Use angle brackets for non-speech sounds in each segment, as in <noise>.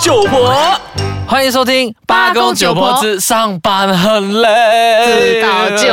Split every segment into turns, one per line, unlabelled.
九婆，
欢迎收听《
八
八
公
公九
九
婆
婆
之上班很累》，
知道就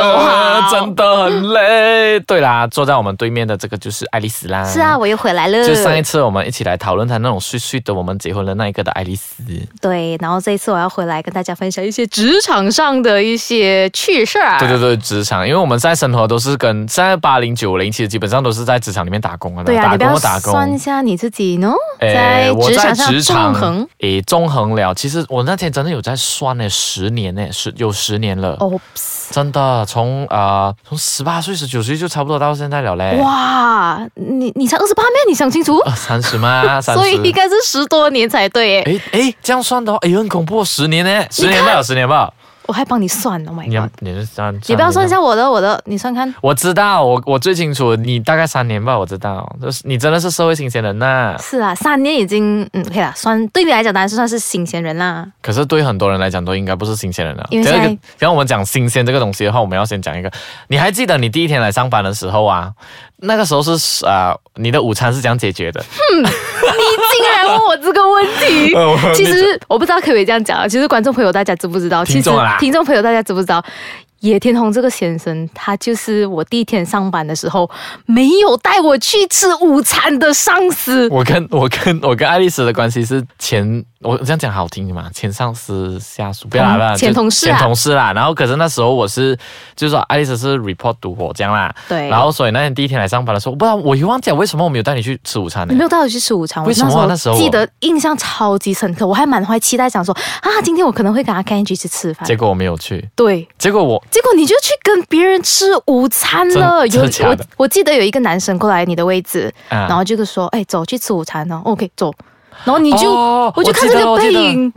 <laughs>
好
真的很累。对啦，坐在我们对面的这个就是爱丽丝啦。
是啊，。我又回来了。
嗯就上一次我们一起来讨论她那种碎碎的我们结婚的那一个的爱丽丝，
对，然后这一次我要回来跟大家分享一些职场上的一些趣事儿。
对对对，职场，因为我们现在生活都是跟现在八零九零其实基本上都是在职场里面打工啊，
对啊，
打
你不
工
要
就打工，
算一下你自己呢，
诶
在
我
职
在
场上
职场
纵横。
诶，纵横了。其实我那天真的有在算呢，十年呢，十有十年了，
哦，
真的从呃从十八岁、十九岁就差不多到现在了嘞。
哇，你你才二十八咩？你想清楚，
呃， <laughs> 三十吗？
<laughs>
三
所以应
十。哎
该是十多年才对诶。
诶诶，这样算的话，哎呦，很恐怖哦，十年呢，十年吧，有十年吧。
我还帮你算，Oh my
你要
god！
你是三，
你不要算一
年吧。
下我的，我的，你算看。
我知道，我我最清楚，你大概三年吧，我知道，就是你真的是社会新鲜人呐、
是啊，三年已经嗯可以了，算对你来讲当然是算是新鲜人啦。
<laughs> 可是对很多人来讲，都应该不是新鲜人了。
因为
第二个
现在，
然后我们讲新鲜这个东西的话，我们要先讲一个。你还记得你第一天来上班的时候啊？那个时候是啊、呃你的午餐是怎样解决的？
你竟然问我这个问
<laughs>
题
呃我
其实 <laughs> 我不知道可不可以这样讲啊。其实观众朋友大家知不知道？
听众啊 <laughs>
其实听众朋友大家知不知道？野田宏这个先生，他就是我第一天上班的时候没有带我去吃午餐的上司。
我跟我跟我跟爱丽丝的关系是前，我这样讲好听嘛，前上司下属，不要啦不要啦，
前
就
同事啊
前同事啦。然后可是那时候我是，就是说爱丽丝是 report 读我这样啦。
对，
然后所以那天第一天来上班的时候，我不知道我也忘记了为什么我没有带你去吃午餐呢、
你没有带我去吃午餐，我
为什么啊那时候我
记得印象超级深刻，我还满怀期待，想说啊，今天我可能会跟阿 Ken 一起去吃饭。
结果我没有去，
对，
结果我
结果你就去跟别人吃午餐
真
了。有
真的假
我
的
我记得有一个男生过来你的位置，
啊
然后就是说，哎，走去吃午餐哦。OK，走。然后你就、
哦
我就
我
看
记得了
着你的
我记
背
得
影，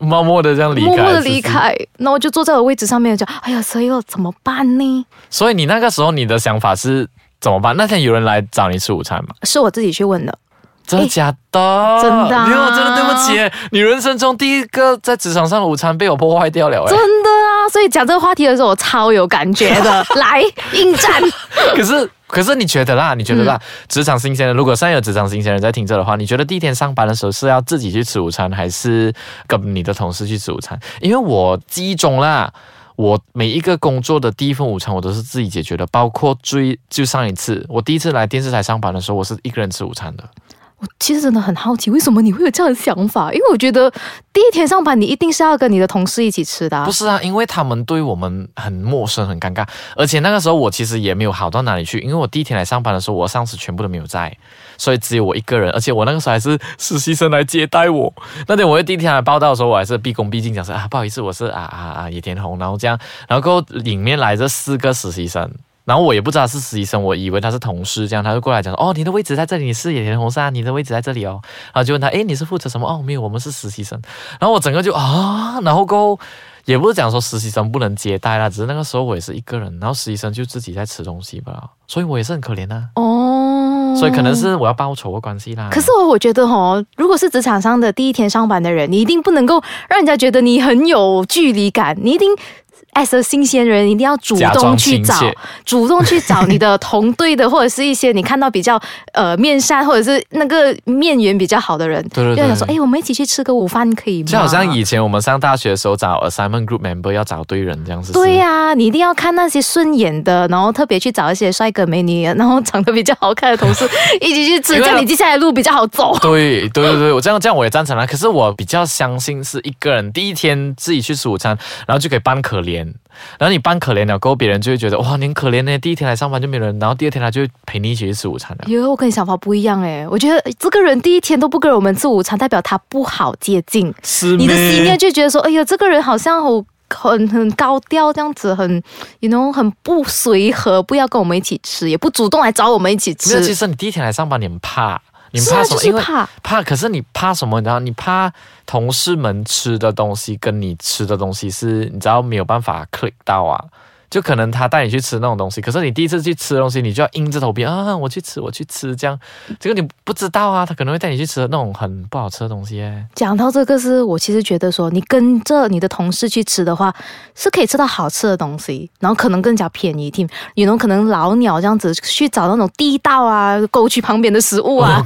默默的这样离开，
默默的
是不是
离开，然后我就坐在我位置上面，就哎呀，所以我怎么办呢？
所以你那个时候你的想法是怎么办？那天有人来找你吃午餐吗？
是我自己去问的，
真的假的？
真的啊
因为我真的对不起，你人生中第一个在职场上的午餐被我破坏掉了、哎
真的啊。所以讲这个话题的时候，我超有感觉
<laughs>
的，来应战。
哎，可是。可是你觉得啦？你觉得啦？职场新鲜人，如果现在有职场新鲜人在听这的话，你觉得第一天上班的时候是要自己去吃午餐，还是跟你的同事去吃午餐？因为我记忆中啦，我每一个工作的第一份午餐我都是自己解决的，包括最就上一次我第一次来电视台上班的时候，我是一个人吃午餐的。
其实真的很好奇，为什么你会有这样的想法？因为我觉得第一天上班，你一定是要跟你的同事一起吃的、啊
不。是啊，因为他们对我们很陌生、很尴尬，而且那个时候我其实也没有好到哪里去，因为我第一天来上班的时候，我上司全部都没有在，所以只有我一个人，而且我那个时候还是实习生来接待我。那天我第一天来报道的时候，我还是毕恭毕敬讲说啊，不好意思，我是啊啊啊野田红，然后这样，然后过后里面来这四个实习生。然后我也不知道是实习生，我以为他是同事，这样他就过来讲说，哦，你的位置在这里，你是野田红是啊，你的位置在这里哦。然后就问他，诶，你是负责什么？哦，没有，我们是实习生。然后我整个就啊，然后过后也不是讲说实习生不能接待啦，只是那个时候我也是一个人，然后实习生就自己在吃东西吧，所以我也是很可怜啊。
哦，嗯
所以可能。是我要报仇的关系啦。
可是我我觉得哦，如果是职场上的第一天上班的人，你一定不能够让人家觉得你很有距离感，你一定 as a 新鲜人，一定要主
假
动
装
去
亲
找，
切，
主动去找你的同队的，或者是一些你看到比较呃面善或者是那个面缘比较好的人，
对对
就
对
想说，哎，我们一起去吃个午饭可以吗？
就好像以前我们上大学的时候找 assignment group member 要找对人这样子。
对呀、你一定要看那些顺眼的，然后特别去找一些帅哥美女，然后长得比较好看的同
<laughs>
事一起去吃，
因为
这样你接下来的路比较好走。
对对对对，我这样这样我也赞成啦。可是我比较相信是一个人第一天自己去吃午餐，然后就可以扮可怜，然后你扮可怜了，过后别人就会觉得哇你很可怜呢，第一天来上班就没人，然后第二天他就会陪你一起去吃午餐了。
哟，我跟你想法不一样哎、我觉得这个人第一天都不跟我们吃午餐，代表他不好接近。
是
你的
咩
心念就觉得说，哎呀，这个人好像很很很高调这样子，很，you know，很不随和，不要跟我们一起吃，也不主动来找我们一起
没有，其
吃。
实你第一天来上班，你很怕，你很
是
怕
啊，
什
就
么？
是
因为
怕。
怕，可是你怕什么？你知道，你怕同事们吃的东西跟你吃的东西是，你知道没有办法 click 到啊。就可能他带你去吃那种东西，可是你第一次去吃的东西，你就要硬着头皮啊，我去吃，我去吃，这样，结果你不知道啊，他可能会带你去吃那种很不好吃的东西耶。
讲到这个是，我其实觉得说，你跟着你的同事去吃的话，是可以吃到好吃的东西，然后可能更加便宜一点。有那种可能老鸟这样子去找那种地道啊、沟渠旁边的食物啊，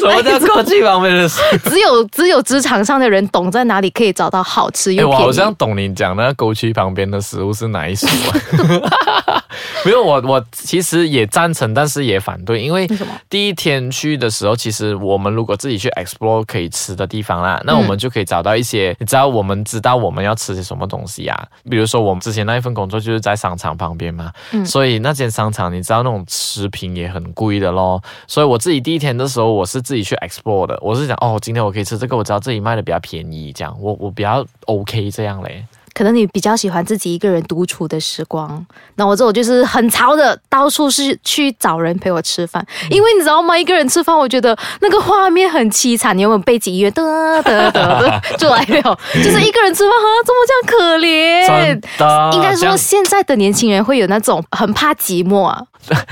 什么叫过去旁边的事？
只有只有职场上的人懂在哪里可以找到好吃
哎，
又
我
便宜。
好像懂你讲那个沟渠旁边的食物是哪一属啊？ <laughs> 没有，我我其实也赞成，但是也反对，因为
为什么
第一天去的时候，其实我们如果自己去 explore 可以吃的地方啦，那我们就可以找到一
嗯
些，你知道我们知道我们要吃些什么东西啊。比如说我们之前那一份工作就是在商场旁边嘛，
嗯
所以那间商场你知道那种食品也很贵的咯。所以我自己第一天的时候，我是自己去 explore 的，我是想哦，今天我可以吃这个，我知道这里卖的比较便宜，这样我我比较 OK 这样嘞。
可能你比较喜欢自己一个人独处的时光。那我这种就是很潮的，到处是去找人陪我吃饭，因为你知道吗？一个人吃饭，我觉得那个画面很凄惨。你有没有背景音乐？得得得得，就来了，就是一个人吃饭哈，怎么这样可怜
真？的，
哎应该
这
说，
样
现在的年轻人会有那种很怕寂寞啊，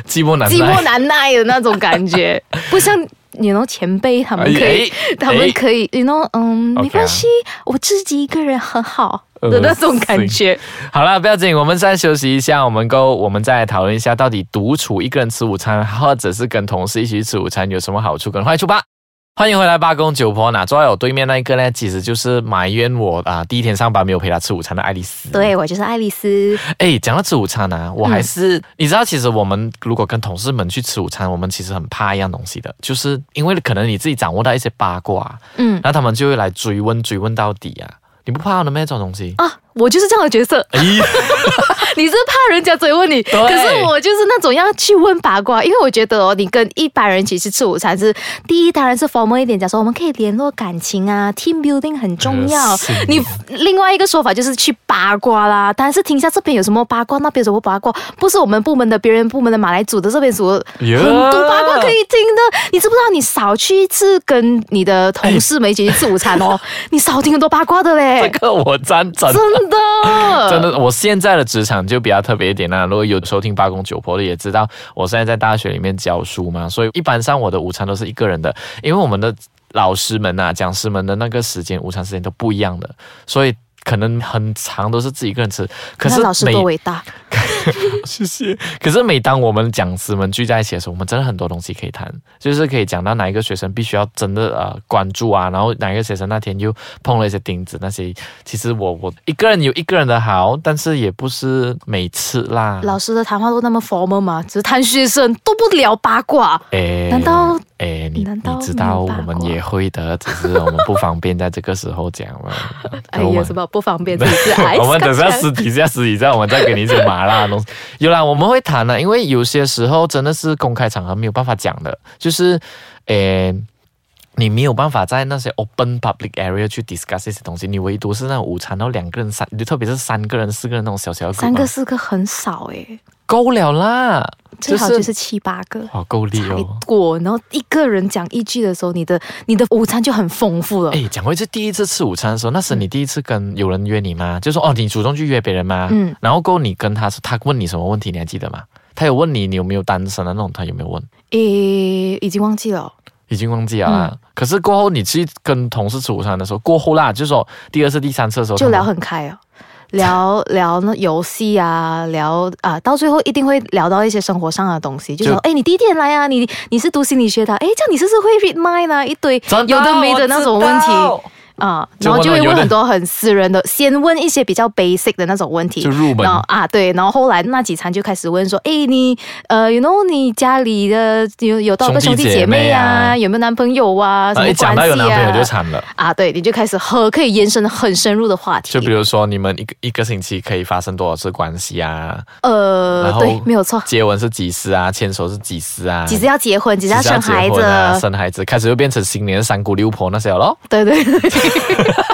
寂寞难耐。
寂寞难耐的那种感觉，不像你 know 前辈他们可以，
哎
<laughs> 他们可以，you know，嗯，
OK 啊
没关系，我自己一个人很好
呃
的那种感觉。
好了，不要紧，我们再休息一下，我们够，我们再来讨论一下，到底独处一个人吃午餐，或者是跟同事一起去吃午餐，有什么好处跟坏处吧。欢迎回来，八公九婆哪？坐在我对面那一个呢，其实就是埋怨我啊、第一天上班没有陪他吃午餐的爱丽丝。
对，我就是爱丽丝。
哎，讲到吃午餐啊，我还是、你知道，其实我们如果跟同事们去吃午餐，我们其实很怕一样东西的，就是因为可能你自己掌握到一些八卦，
嗯
然后他们就会来追问，追问到底啊，你不怕的咩？这种东西？
啊，我就是这样的角
<laughs>
色。
哎，
你是怕人家追问你，
对
可是我就是那种要去问八卦，因为我觉得哦，你跟一般人一起去吃午餐是第一，当然是 formal 一点，讲说我们可以联络感情啊，team building 很重要
<laughs> 恶心。
你另外一个说法就是去八卦啦，当然是听一下这边有什么八卦，那边有什么八卦，不是我们部门的，别人部门的，马来组的这边组的，
Yeah
很多八卦可以听的。你知不知道？你少去一次跟你的同事们一起去吃午餐 <laughs> 哦，你少听很多八卦的
这
嘞， <laughs>
个我赞成。
真的，
真的，我现在的职场就比较特别一点啦、如果有收听八公九婆的，也知道我现在在大学里面教书嘛，所以一般上我的午餐都是一个人的，因为我们的老师们呐、啊讲师们的那个时间午餐时间都不一样的，所以可能很长都是自己一个人吃。可是
那老师
每
多伟大。
<laughs> 谢谢。可是每当我们讲师们聚在一起的时候，我们真的很多东西可以谈，就是可以讲到哪一个学生必须要真的呃关注啊，然后哪一个学生那天又碰了一些钉子那些。其实我我一个人有一个人的好，但是也不是每次啦。
老师的谈话都那么 formal 吗？只是谈学生都不聊八卦，
哎
难道
哎你
难道
你知道
没有
我
八卦
们也会的，只是我们不方便在这个时候讲了。
<laughs> 哎
我
呀，
们
什么不方便，真是哎。
我们等下
看
私底下私底下我们再给你一些麻辣的东西。有啦，我们会谈的，因为有些时候真的是公开场合没有办法讲的，就是，诶、你没有办法在那些 open public area 去 discuss 这些东西，你唯独是那种午餐，然后两个人三，特别是三个人、四个人那种小小的
三个
group 啊
四个很少哎、
够了啦，
最好就是七八个。
哇够力
才
哦。
过，然后一个人讲一句的时候，你的你的午餐就很丰富了。
哎，讲回这第一次吃午餐的时候，那时
嗯
你第一次跟有人约你吗？就说哦，你主动去约别人吗？
嗯
然后过后你跟他说，他问你什么问题，你还记得吗？他有问你你有没有单身啊那种，他有没有问？
诶，已经忘记了。
已经忘记了
嗯
啦。可是过后你去跟同事吃午餐的时候，过后啦，就是说第二次、第三次的时候
就聊
他们
很开啊，聊 <laughs> 聊那游戏啊，聊啊，到最后一定会聊到一些生活上的东西，就
就
说哎、诶你第一天来啊，你你是读心理学的啊，哎，这样你是不是会 read mind 啊？一堆
真哦
有的没的那种问
我
题
知道
啊，
就
然后就
问
会
到有
问
的
很多很私人的，先问一些比较 basic 的那种问题
就。入门
然后啊，对，然后后来那几餐就开始问说，哎，你呃，you know，你家里的有有多少个兄
兄
弟
弟
姐
姐妹
妹
啊
啊？有没有男朋友啊？什
啊
么
一讲到
关
有
系
男朋友就
啊？
惨了。
啊，对，你就开始很可以延伸很深入的话题。
就比如说，你们一个一个星期可以发生多少次关系啊？
呃
然，后
对，没有错，
接吻是几时啊？牵手是几时啊？
几时要结婚，几时要
几时
生孩
结
子，
婚啊？生孩子开始就变成新年三姑六婆那些了咯。
对对对，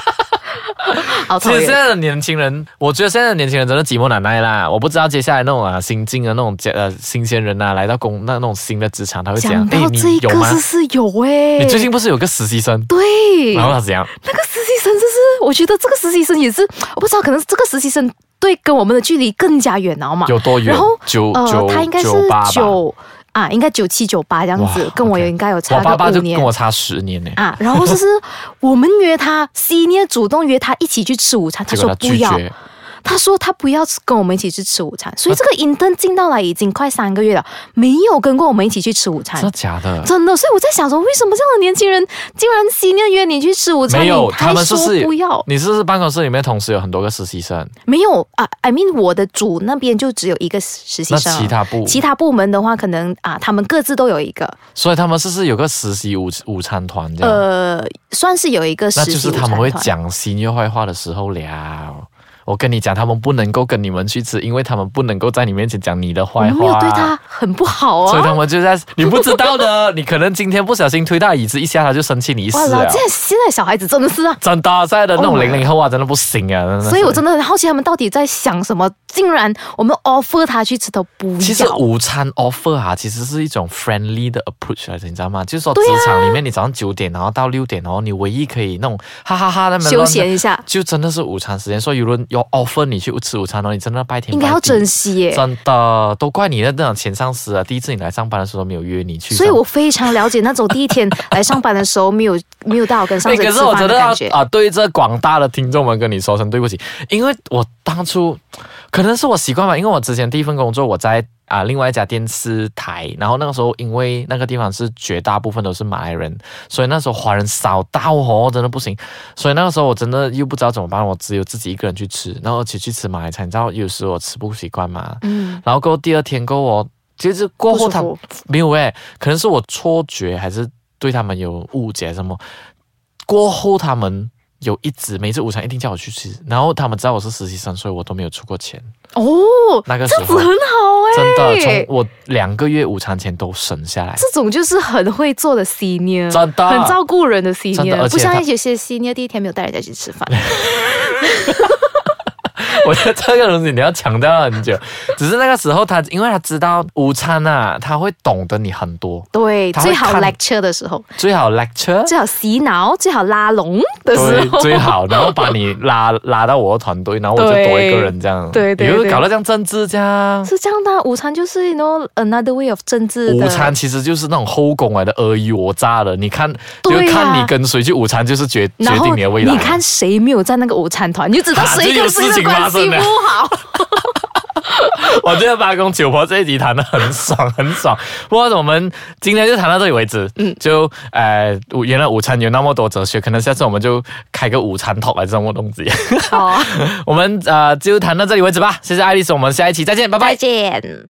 <laughs>
好
其
讨
实现
厌。
在的年轻人，我觉得现在的年轻人真的寂寞难耐啦。我不知道接下来那种啊新进的那种呃新鲜人啊，来到工那那种新的职场，他会讲
讲，
哎、
到这
你
一
有
个
吗？
是是有哎、
你最近不是有个实习生？
对
然后他怎样？
那个实习生就是，我觉得这个实习生也是，我不知道，可能是这个实习生对跟我们的距离更加远了嘛。
有多远？
然后
九
呃
九，
他应该是
九八吧。
九啊，应该九七九八这样子
哇，
跟我
OK
应该有差
我爸
个
爸
五
就
年
跟。我差十年呢、
啊，然后就是我们约他，C 呢主动约他一起去吃午餐，他
结果
说
他
不
拒
要，
绝，
他说他不要跟我们一起去吃午餐，所以这个 intern 进到来已经快三个月了，没有跟过我们一起去吃午餐
真的。假的？
真的，所以我在想说，为什么这样的年轻人竟然新年约你去吃午餐？
没有，
你还
他们是不
说
是
不要，
你是不是办公室里面同时有很多个实习生？
没有啊，I mean 我的组那边就只有一个实习
那
生，
其他部，
其他部门的话，可能啊，他们各自都有一个，
所以他们是不是有个实习午午餐团这样？
呃，算是有一个
那
实
就
习
是
午餐
他
团。
们会讲新月坏话的时候了。我跟你讲，他们不能够跟你们去吃，因为他们不能够在你面前讲你的
我
坏
们没
话。
有对他很不好
所以
啊。
他们就在你不知道的，你可能今天不小心推到椅子一下，他啊就生气你一死
哇
了
啦，。现在现在小孩子真的是啊，
真的，现在的那种
Oh my
零零后啊，真的不行啊！真的是
所以我真的很好奇他们到底在想什么，竟然我们 offer 他去吃都不
其实
要。
午餐 offer 啊，其实是一种 friendly 的 approach 来的，你知道吗？就是说职
对啊
场里面，你早上九点然后到六点，然后你唯一可以那种哈哈哈那么
休闲一 <laughs> 下，
就真的是午餐时间。所以有人有 offer 你去吃午餐哦，你真的拜天
应该要
拜地
珍惜耶。
真的，都怪你的那种前上司啊！第一次你来上班的时候没有约你去上，
所以我非常了解那种第一天来上班的时候没有 <laughs> 没有带我跟上
哎，
司
可
吃
是我觉
饭的
得要
感觉。
啊、对这广大的听众们跟你说声对不起，因为我当初可能是我习惯吧，因为我之前第一份工作我在啊、另外一家电视台，然后那个时候因为那个地方是绝大部分都是马来人，所以那时候华人少到哦，真的不行，所以那个时候我真的又不知道怎么办，我只有自己一个人去吃，然后而且去吃马来餐，你知道有时我吃不习惯嘛，
嗯，
然后过后第二天过后我其实过后他
不舒
没有诶、可能是我错觉还是对他们有误解什么。过后他们有一直每次午餐一定叫我去吃，然后他们知道我是实习生，所以我都没有出过钱。
哦，
那个时
这样子
候
很好哎、
真的从我两个月午餐钱都省下来，
这种就是很会做的 senior，
真的啊
很照顾人的 senior，
真的而且
不像
他
有些 senior 第一天没有带人家去吃饭。
<laughs> 我觉得这个东西你要强调很久，只是那个时候他因为他知道午餐啊，他会懂得你很多，
对，
他会
最好
看
lecture 的时候，
最好 lecture
最好洗脑，最好拉拢的时候
对，，最好，然后把你拉拉到我的团队，然后我就
对
多一个人这样，
对对
你会
对
搞到这样政治这样。
是这样的啊。午餐就是，you know another way of 政治的
午餐其实就是那种后宫啊来的尔虞我诈了，你看，就
对啊
看你跟谁去午餐，就是决决
然后
定你的未来。
你看谁没有在那个午餐团，你就知道
啊
谁跟谁的关系哦不好。
<laughs> 我觉得八公九婆这一集谈的很爽，很爽。不过我们今天就谈到这里为止。嗯，就呃，午原来午餐有那么多哲学，可能下次我们就开个午餐 talk 来这种东西。
好，
<laughs> 我们呃就谈到这里为止吧。谢谢爱丽丝，我们下一期再见，拜拜
再。见。